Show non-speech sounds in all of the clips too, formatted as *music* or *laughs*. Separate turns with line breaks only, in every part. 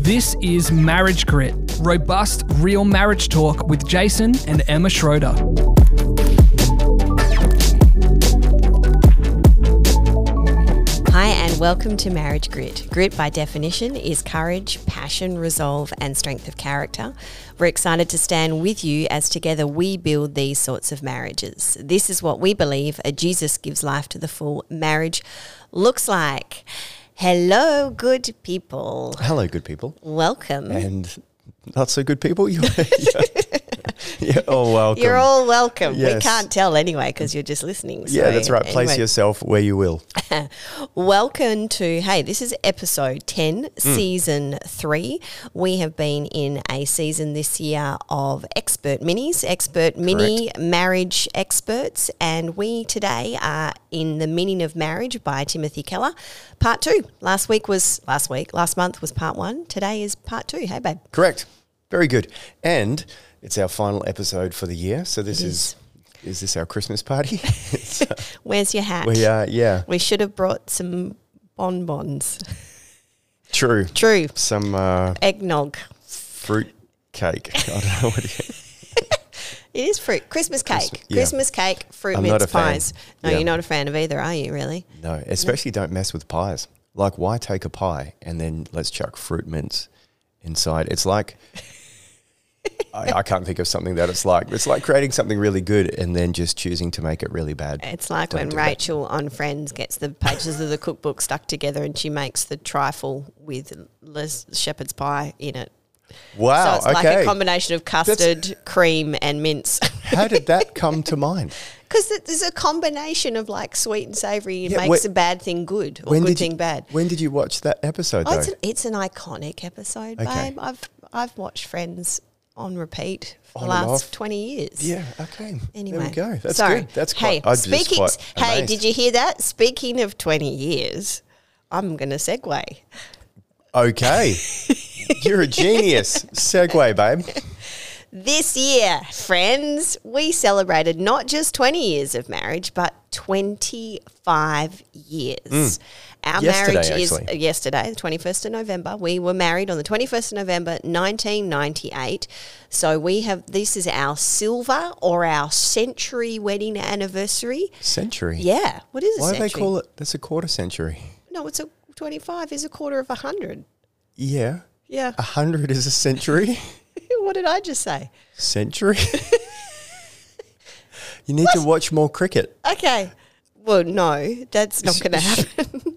This is Marriage Grit, robust, real marriage talk with Jason and Emma Schroeder.
Hi, and welcome to Marriage Grit. Grit, by definition, is courage, passion, resolve, and strength of character. We're excited to stand with you as together we build these sorts of marriages. This is what we believe a Jesus gives life to the full marriage looks like. Hello, good people.
Hello, good people,
Welcome.
and not so good people. You, *laughs* yeah, yeah, oh welcome.
You're all welcome. We
Yes.
can't tell anyway because you're just listening.
yeah,
so
that's right. Place
anyway.
yourself where you will.
Welcome to, hey, this is episode 10, season three. We have been in a season this year of expert minis, expert mini marriage experts, and we today are in The Meaning of Marriage by Timothy Keller, part two. Last week was, last week, last month was part one. Today is part two. Hey, babe.
Correct. Very good. And it's our final episode for the year. So this
It
is. is this our Christmas party? *laughs* So
Where's your hat?
we are. Yeah.
We should have brought some bonbons.
True.
True.
Some uh,
Eggnog.
fruit cake. *laughs* I don't know what. It is.
It is fruit. Christmas cake. Christmas,
Christmas- yeah.
cake, fruit
I'm not
mince
a fan.
pies. No,
Yeah.
you're not a fan of either, are you, really?
No, especially don't mess with pies. Like, why take a pie and then let's chuck fruit mints inside? It's like, I, I can't think of something that it's like. It's like creating something really good and then just choosing to make it really bad.
It's like
Don't
when
do that.
Rachel on Friends gets the pages of the cookbook stuck together and she makes the trifle with Liz shepherd's pie in it.
Wow.
so it's
okay.
like a combination of custard, cream, and mince. *laughs*
How did that come to mind?
Because there's a combination of like sweet and savoury. It
Yeah,
makes
whe-
a bad thing good or good
did
thing
you,
bad.
When did you watch that episode,
Oh,
though?
it's, an, it's an iconic episode,
Okay.
babe. I've, I've watched Friends on repeat for
On
the
and
last
off.
20 years.
yeah. Okay.
Anyway,
There we go. That's
Sorry.
good. That's
hey.
quite. I'm just
speaking.
quite
hey,
amazed.
did you hear that? Speaking of twenty years, I'm going to segue. *laughs*
Okay. You're a genius. Segway, babe.
This year, friends, we celebrated not just twenty years of marriage, but twenty five years. Our
Hmm. Yesterday,
marriage is
actually.
yesterday, the twenty first of November. We were married on the twenty first of November, nineteen ninety eight. So we have this is our silver or our century wedding anniversary.
Century.
Yeah, what is a
Why do
century?
they call it? That's a quarter century.
No, it's a 25 is a quarter of a 100.
Yeah.
Yeah.
A hundred is a century.
*laughs* what did I just say?
century. *laughs* you need to watch more cricket.
Okay. Well, no, that's not going to happen.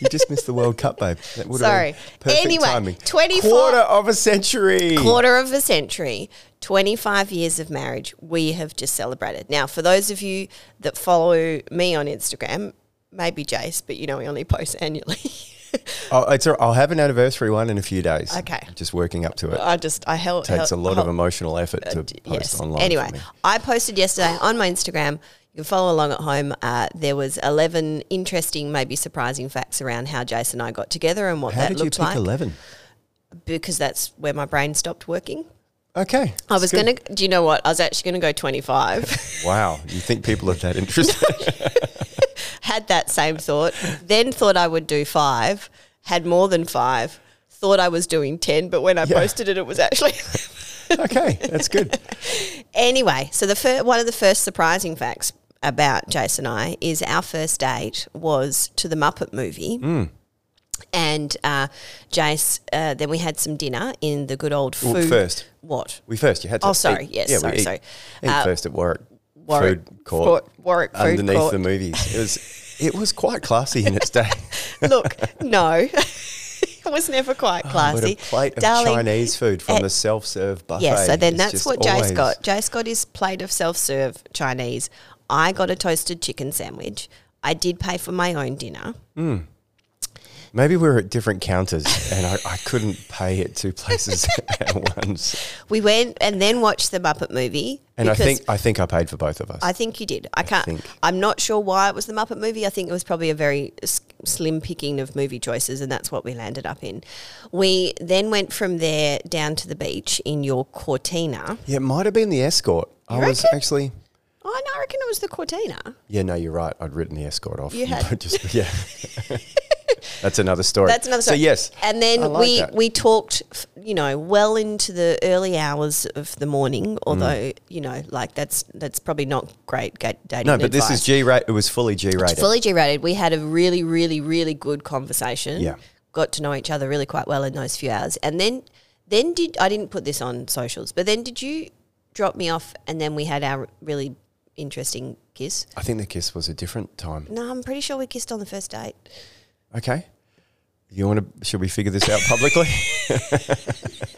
You just missed the World Cup, babe. That would
Sorry.
Have been perfect
Anyway,
timing.
24
quarter of a century.
Quarter of a century, 25 years of marriage we have just celebrated. Now, for those of you that follow me on Instagram, maybe Jace, but you know, we only post annually. *laughs*
Oh, it's all, I'll have an anniversary one in a few days.
Okay.
Just working up to it.
I just, I held.
Takes a lot
held-
of emotional effort to post online.
uh, Anyway,
for me.
I posted yesterday on my Instagram. You can follow along at home. Uh, there was eleven interesting, maybe surprising facts around how Jason and I got together and what
how
that
did you
looked
pick
like.
eleven?
Because that's where my brain stopped working.
Okay.
I was going to. Do you know what? I was actually going to go twenty five.
to. Wow, you think people are that interested?
*laughs* had that same thought. Then thought I would do five. Had more than five. Thought I was doing ten, but when I
Yeah.
posted it, it was actually.
*laughs* okay, that's good.
Anyway, so the fir- one of the first surprising facts about Jason and I is our first date was to the Muppet movie.
Hmm.
And uh, Jace, uh, then we had some dinner in the good old
Well,
food.
first.
What?
We first, you had to.
Oh, sorry.
eat-
Yes,
yeah, we
sorry,
eat-
sorry.
Eat
Uh,
first at Warwick,
Warwick
Food Court.
Fort- Warwick Food
underneath
Court.
the movies. It was it was quite classy in its day.
*laughs* Look, no. *laughs* it was never quite
But
classy.
Oh, a plate of
Darling,
Chinese food from
eh,
the self serve buffet.
Yeah, so then
is
that's
just
what Jace
always-
got. Jace got his plate of self serve Chinese. I got a toasted chicken sandwich. I did pay for my own dinner.
Maybe we were at different counters and I, I couldn't pay at
*laughs*
two places at once.
We went and then watched the Muppet movie.
And I
because
think I think I paid for both of us.
I think you did. I can't.
think.
I'm not sure why it was the Muppet movie. I think it was probably a very s- slim picking of movie choices, and that's what we landed up in. We then went from there down to the beach in your Cortina.
yeah, it might have been the escort. I was
reckon?
actually
Oh, no, I reckon it was the Cortina.
Yeah, no, you're right. I'd written the escort off. *laughs*
You had-
Just-
*laughs*
yeah. That's another story.
That's another story.
So yes,
and then
I like
we
that.
we talked, f- you know, well into the early hours of the morning.
Mm.
Although you know, like that's that's probably not great ga- dating.
no, but this
advice.
is G rate. It was fully G rated.
It's fully G rated. We had a really, really, really good conversation.
Yeah.
Got to know each other really quite well in those few hours. And then then did I didn't put this on socials, but then did you drop me off and then we had our really interesting kiss?
I think the kiss was a different time.
No, I'm pretty sure we kissed on the first date.
Okay, you want to? Should we figure this out publicly? *laughs*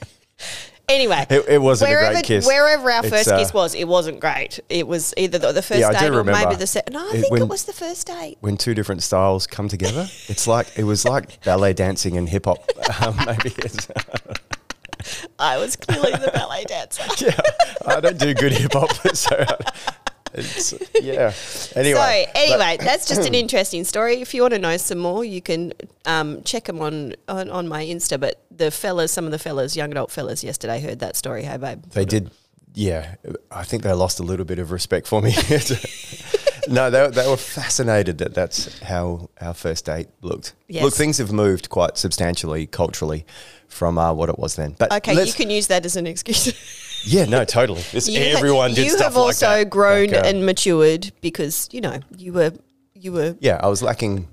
Anyway.
it, it wasn't a
Wherever,
great kiss.
wherever our
It's,
first
uh,
kiss was, it wasn't great. It was either the, the first
Yeah, I do
date or
remember.
maybe the second. No, I
It-
think
when-
it was the first date.
when two different styles come together, it's like it was like ballet dancing and hip hop. *laughs* Um, maybe it's, *laughs*
I was clearly the ballet dancer.
yeah, I don't do good hip hop, *laughs* so I- it's, yeah. Anyway,
so anyway, that's just
*clears throat*
an interesting story. If you want to know some more, you can um, check them on, on on my Insta. But the fellas, some of the fellas, young adult fellas, yesterday heard that story. Hey babe,
They did, yeah. I think they lost a little bit of respect for me. *laughs* no, they, they were fascinated that that's how our first date looked.
Yes.
Look, things have moved quite substantially culturally from uh, what it was then. But
Okay,
let's-
you can use that as an excuse.
*laughs* yeah, no, totally. This,
you ha-
everyone did
you
stuff
have
like
also
that.
grown
Like, uh,
and matured because you know you were you were
yeah, I was lacking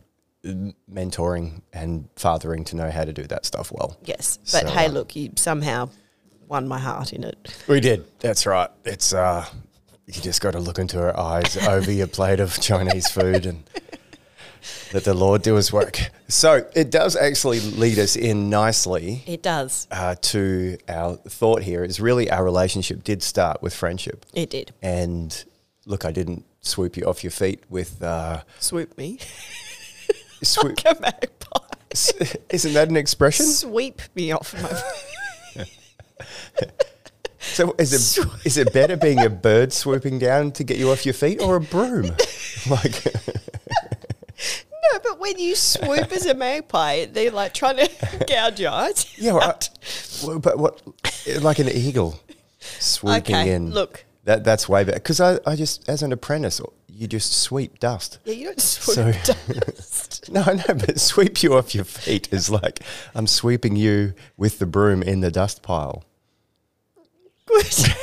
uh, mentoring and fathering to know how to do that stuff well.
yes. But
So,
hey,
uh,
look, you somehow won my heart in it.
We did. That's right. It's uh, you just got to look into her eyes over your plate of Chinese food and let the Lord do His work. So it does actually lead us in nicely
It does.
uh, to our thought here. Is really our relationship did start with friendship,
It did.
and look, I didn't swoop you off your feet
*laughs*
with uh,
Swoop me.
swoop.
Come back.
Isn't that an expression?
Sweep me off my.
So is it is it better being a bird swooping down to get you off your feet or
*laughs*
a broom? Like.
No, but when you swoop as a magpie, they're like trying
*laughs*
to gouge your eyes.
Yeah, well, I- well, but what, like an eagle swooping
Okay,
in.
look.
that that's way better. Because I, I just, as an apprentice, you just
*laughs*
sweep dust.
*laughs* Yeah, you don't swoop.
*laughs* So- *laughs*
dust.
No, I know, but sweep you off your feet is like I'm sweeping you with the broom in the dust pile.
Good.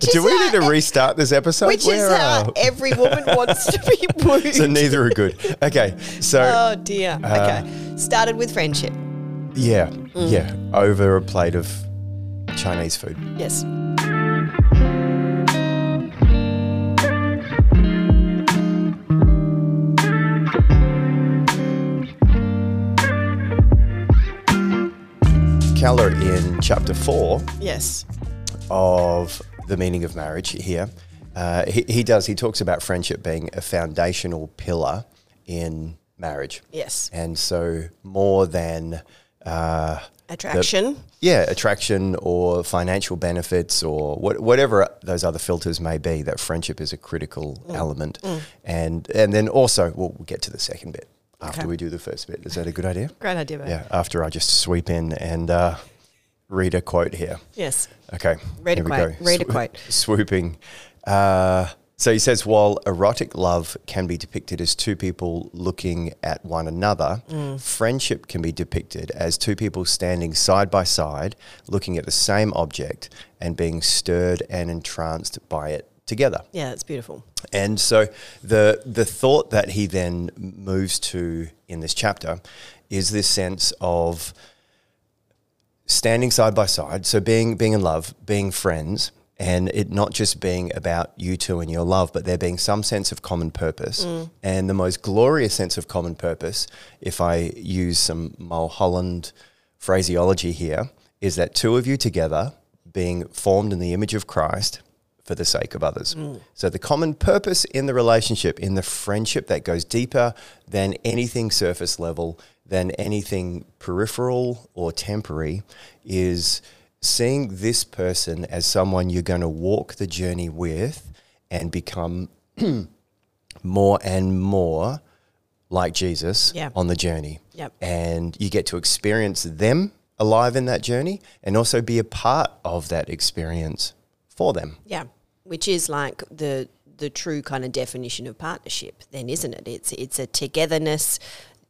Do we
how
need to restart this episode?
Which is
Where
how
are-
every woman wants to be wooed.
*laughs* so neither are good. Okay, so
oh dear.
uh,
okay. Started with friendship.
yeah,
Mm.
yeah, over a plate of Chinese food.
Yes.
Keller in chapter four
Yes.
of the meaning of marriage here. Uh, he, he does. He talks about friendship being a foundational pillar in marriage.
Yes.
And so, more than, uh,
Attraction.
yeah, attraction or financial benefits or what, whatever those other filters may be, that friendship is a critical
Mm.
element. And, and then also, well, we'll get to the second bit after
Okay.
we do the first bit. Is that a good idea?
Great idea. babe.
Yeah, after I just sweep in and uh, read a quote here.
Yes.
Okay.
Read a
here we
quote.
go.
Read a
Swo-
quote.
Swooping. Uh, so he says, while erotic love can be depicted as two people looking at one another,
Mm.
friendship can be depicted as two people standing side by side, looking at the same object and being stirred and entranced by it together.
Yeah, it's beautiful.
And so the the thought that he then moves to in this chapter is this sense of standing side by side, so being being in love, being friends, and it not just being about you two and your love, but there being some sense of common purpose. And the most glorious sense of common purpose, if I use some Mulholland phraseology here, is that two of you together being formed in the image of Christ for the sake of others.
Mm.
So the common purpose in the relationship, in the friendship that goes deeper than anything surface level, than anything peripheral or temporary, is seeing this person as someone you're going to walk the journey with and become *clears throat* more and more like Jesus
Yeah.
on the journey.
Yep.
And you get to experience them alive in that journey and also be a part of that experience for them.
Yeah. which is like the the true kind of definition of partnership then isn't it it's it's a togetherness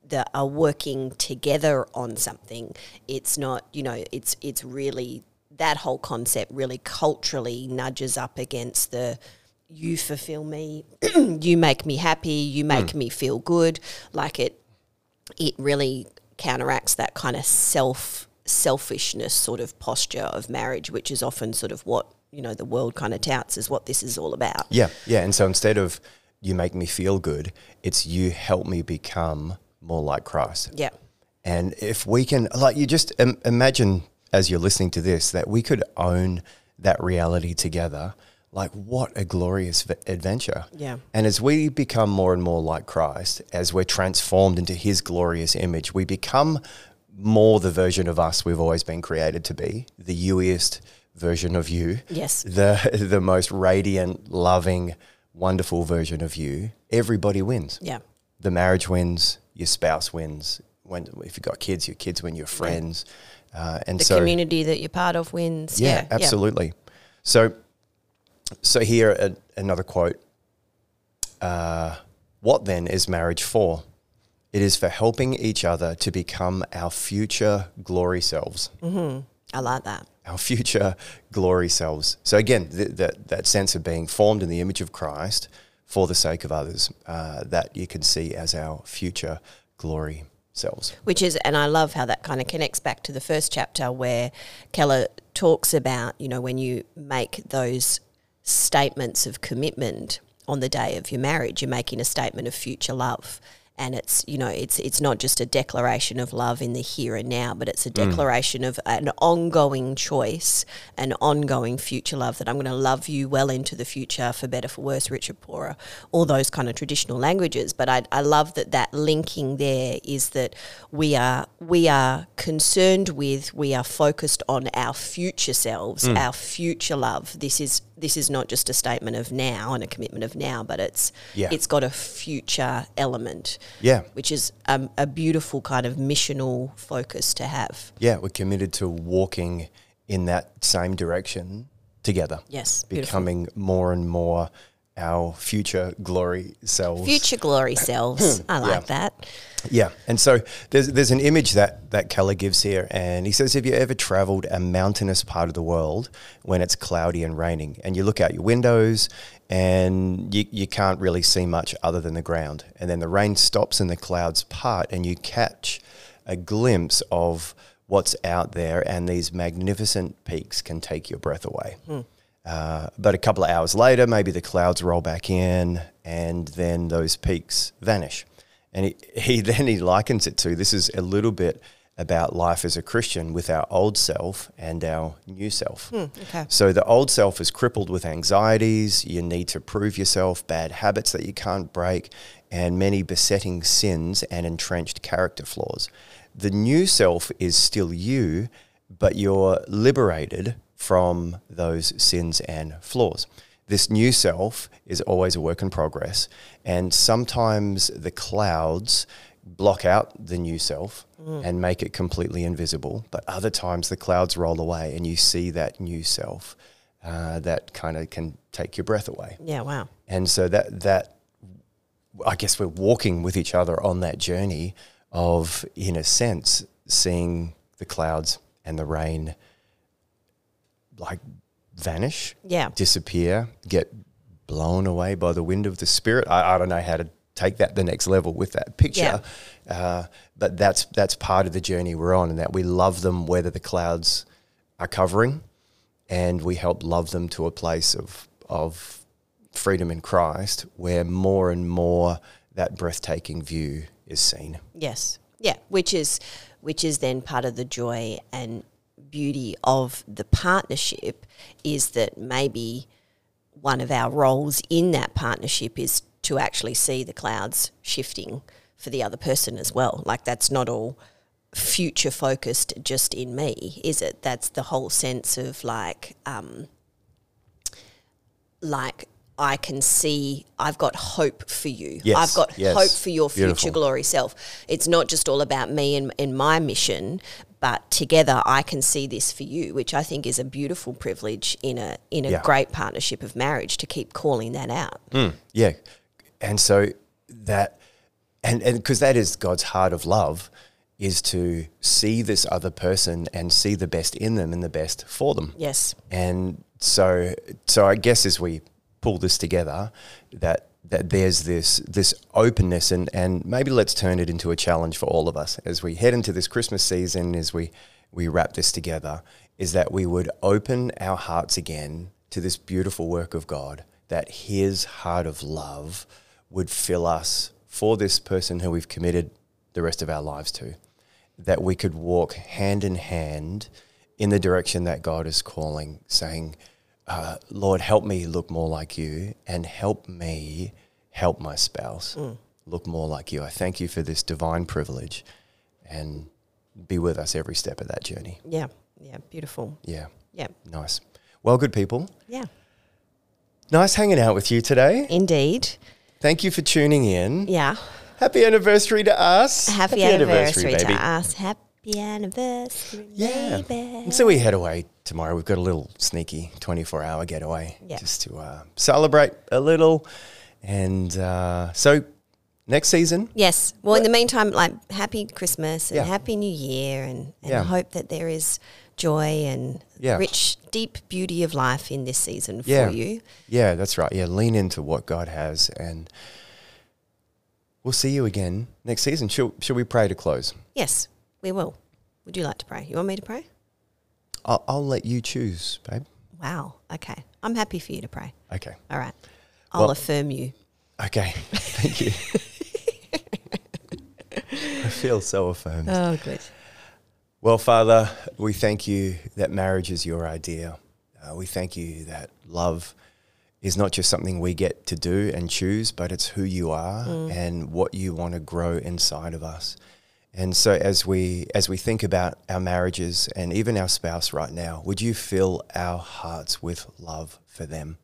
that are working together on something it's not you know it's it's really that whole concept really culturally nudges up against the you fulfill me you make me happy
Hmm.
you make me feel good like it it really counteracts that kind of self selfishness sort of posture of marriage, which is often sort of what you know the world kind of touts is what this is all about.
Yeah, yeah. And so instead of you make me feel good, it's you help me become more like Christ.
Yeah,
And if we can, like, you just Im- imagine as you're listening to this that we could own that reality together. Like, what a glorious v- adventure.
Yeah.
And as we become more and more like Christ, as we're transformed into his glorious image, we become more the version of us we've always been created to be, the youiest version of you.
Yes.
The, *laughs* the most radiant, loving, wonderful version of you. Everybody wins
yeah,
the marriage wins, your spouse wins. When if you've got kids, your kids win, your friends, uh, and
the
so
community that you're part of wins.
yeah, absolutely. So, so here a, another quote. Uh, what then is marriage for? It is for helping each other to become our future glory selves
I like that.
our future glory selves. So again, th- that that sense of being formed in the image of Christ for the sake of others, uh, that you can see as our future glory selves.
Which is, and I love how that kind of connects back to the first chapter where Keller talks about, you know, when you make those statements of commitment on the day of your marriage, you're making a statement of future love. And it's, you know, it's it's not just a declaration of love in the here and now, but it's a declaration of an ongoing choice, an ongoing future love that I'm going to love you well into the future for better, for worse, richer, poorer, all those kind of traditional languages. But I, I love that that linking there is that we are we are concerned with, we are focused on our future selves,
Hmm.
our future love. This is this is not just a statement of now and a commitment of now, but it's
Yeah.
it's got a future element,
Yeah,
which is um, a beautiful kind of missional focus to have.
yeah, we're committed to walking in that same direction together.
Yes, beautiful.
becoming more and more our future glory selves.
future glory selves. I like that.
Yeah, and so there's there's an image that that Keller gives here, and he says, "Have you ever travelled a mountainous part of the world when it's cloudy and raining, and you look out your windows and you you can't really see much other than the ground, and then the rain stops and the clouds part, and you catch a glimpse of what's out there, and these magnificent peaks can take your breath away." Uh, but a couple of hours later, maybe the clouds roll back in, and then those peaks vanish. And he, *laughs* he then he likens it to this is a little bit about life as a Christian with our old self and our new self.
okay.
So the old self is crippled with anxieties, you need to prove yourself, bad habits that you can't break, and many besetting sins and entrenched character flaws. The new self is still you, but you're liberated from those sins and flaws. This new self is always a work in progress, and sometimes the clouds block out the new self and make it completely invisible. But other times the clouds roll away and you see that new self uh, that kind of can take your breath away.
Yeah, wow.
And so that that I guess we're walking with each other on that journey of, in a sense, seeing the clouds and the rain like vanish,
Yeah.
disappear, get blown away by the wind of the spirit. I, I don't know how to take that the next level with that picture, uh, but that's that's part of the journey we're on, and that we love them whether the clouds are covering, and we help love them to a place of of freedom in Christ, where more and more that breathtaking view is seen.
Yes. Yeah, which is which is then part of the joy and beauty of the partnership is that maybe one of our roles in that partnership is to actually see the clouds shifting for the other person as well. Like that's not all future focused just in me, is it? That's the whole sense of like um like I can see I've got hope for you.
Yes,
I've got
yes.
hope for your future
Beautiful.
glory self. It's not just all about me and, and my mission, but together I can see this for you, which I think is a beautiful privilege in a in a
Yeah.
great partnership of marriage to keep calling that out.
Yeah. And so that, and because that is God's heart of love, is to see this other person and see the best in them and the best for them.
Yes.
And so, so I guess as we pull this together, that that there's this this openness and and maybe let's turn it into a challenge for all of us as we head into this Christmas season, as we we wrap this together, is that we would open our hearts again to this beautiful work of God, that His heart of love would fill us for this person who we've committed the rest of our lives to that we could walk hand in hand in the direction that God is calling, saying, uh, Lord, help me look more like you and help me help my spouse
Mm.
look more like you. I thank you for this divine privilege and be with us every step of that journey.
Yeah. Yeah. Beautiful.
Yeah,
Yeah.
nice. Well, good people,
Yeah.
nice hanging out with you today.
Indeed.
Thank you for tuning in.
Yeah.
Happy anniversary to us.
Happy, anniversary, to us. Happy anniversary,
Yeah.
baby.
And so we head away tomorrow. We've got a little sneaky 24 hour getaway
Yeah.
just to uh, celebrate a little. And uh, so next season,
Yes. Well, in the meantime, like happy Christmas and
Yeah.
happy New Year, and, and
Yeah.
hope that there is joy and
Yeah.
rich, deep beauty of life in this season for
Yeah.
you.
yeah, that's right. Yeah, lean into what God has. And we'll see you again next season. Shall, shall we pray to close?
Yes, we will. Would you like to pray? You want me to pray?
I'll, I'll let you choose, babe.
Wow. Okay. I'm happy for you to pray.
Okay.
All right. I'll
Well-
affirm you.
Okay. *laughs* Thank you. I feel so affirmed.
Oh, good.
Well, Father, we thank you that marriage is your idea. Uh, we thank you that love is not just something we get to do and choose, but it's who you are and what you want to grow inside of us. And so, as we as we think about our marriages and even our spouse right now, would you fill our hearts with love for them?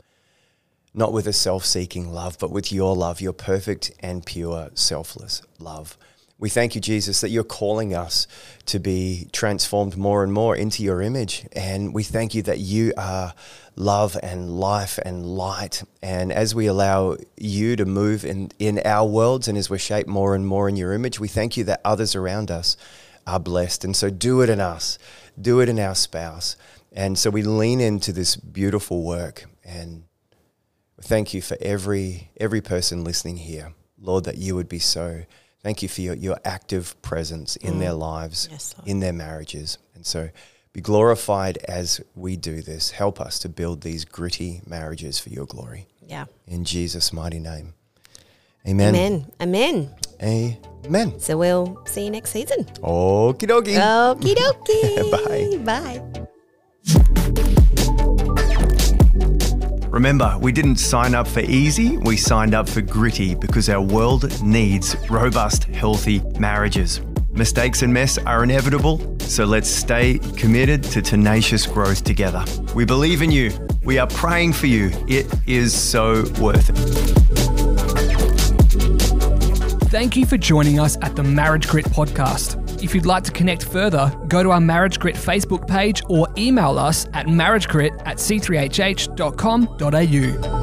not with a self seeking love, but with your love, your perfect and pure, selfless love. We thank you, Jesus, that you're calling us to be transformed more and more into your image. And we thank you that you are love and life and light. And as we allow you to move in, in our worlds and as we're shaped more and more in your image, we thank you that others around us are blessed. And so do it in us, do it in our spouse. And so we lean into this beautiful work and Thank you for every every person listening here, Lord, that you would be so. Thank you for your, your active presence in their lives,
Mm. Yes, Lord.
in their marriages, and so be glorified as we do this. Help us to build these gritty marriages for your glory.
Yeah.
In Jesus' mighty name, Amen.
Amen. Amen.
Amen. Amen.
So we'll see you next
*laughs*
season.
Okie dokie.
Okie dokie.
*laughs* Bye.
Bye.
Remember, we didn't sign up for easy, we signed up for gritty because our world needs robust, healthy marriages. Mistakes and mess are inevitable, so let's stay committed to tenacious growth together. We believe in you. We are praying for you. It is so worth it.
Thank you for joining us at the Marriage Grit podcast. If you'd like to connect further, go to our Marriage Grit Facebook page or email us at marriagegrit at c3hh.com.au.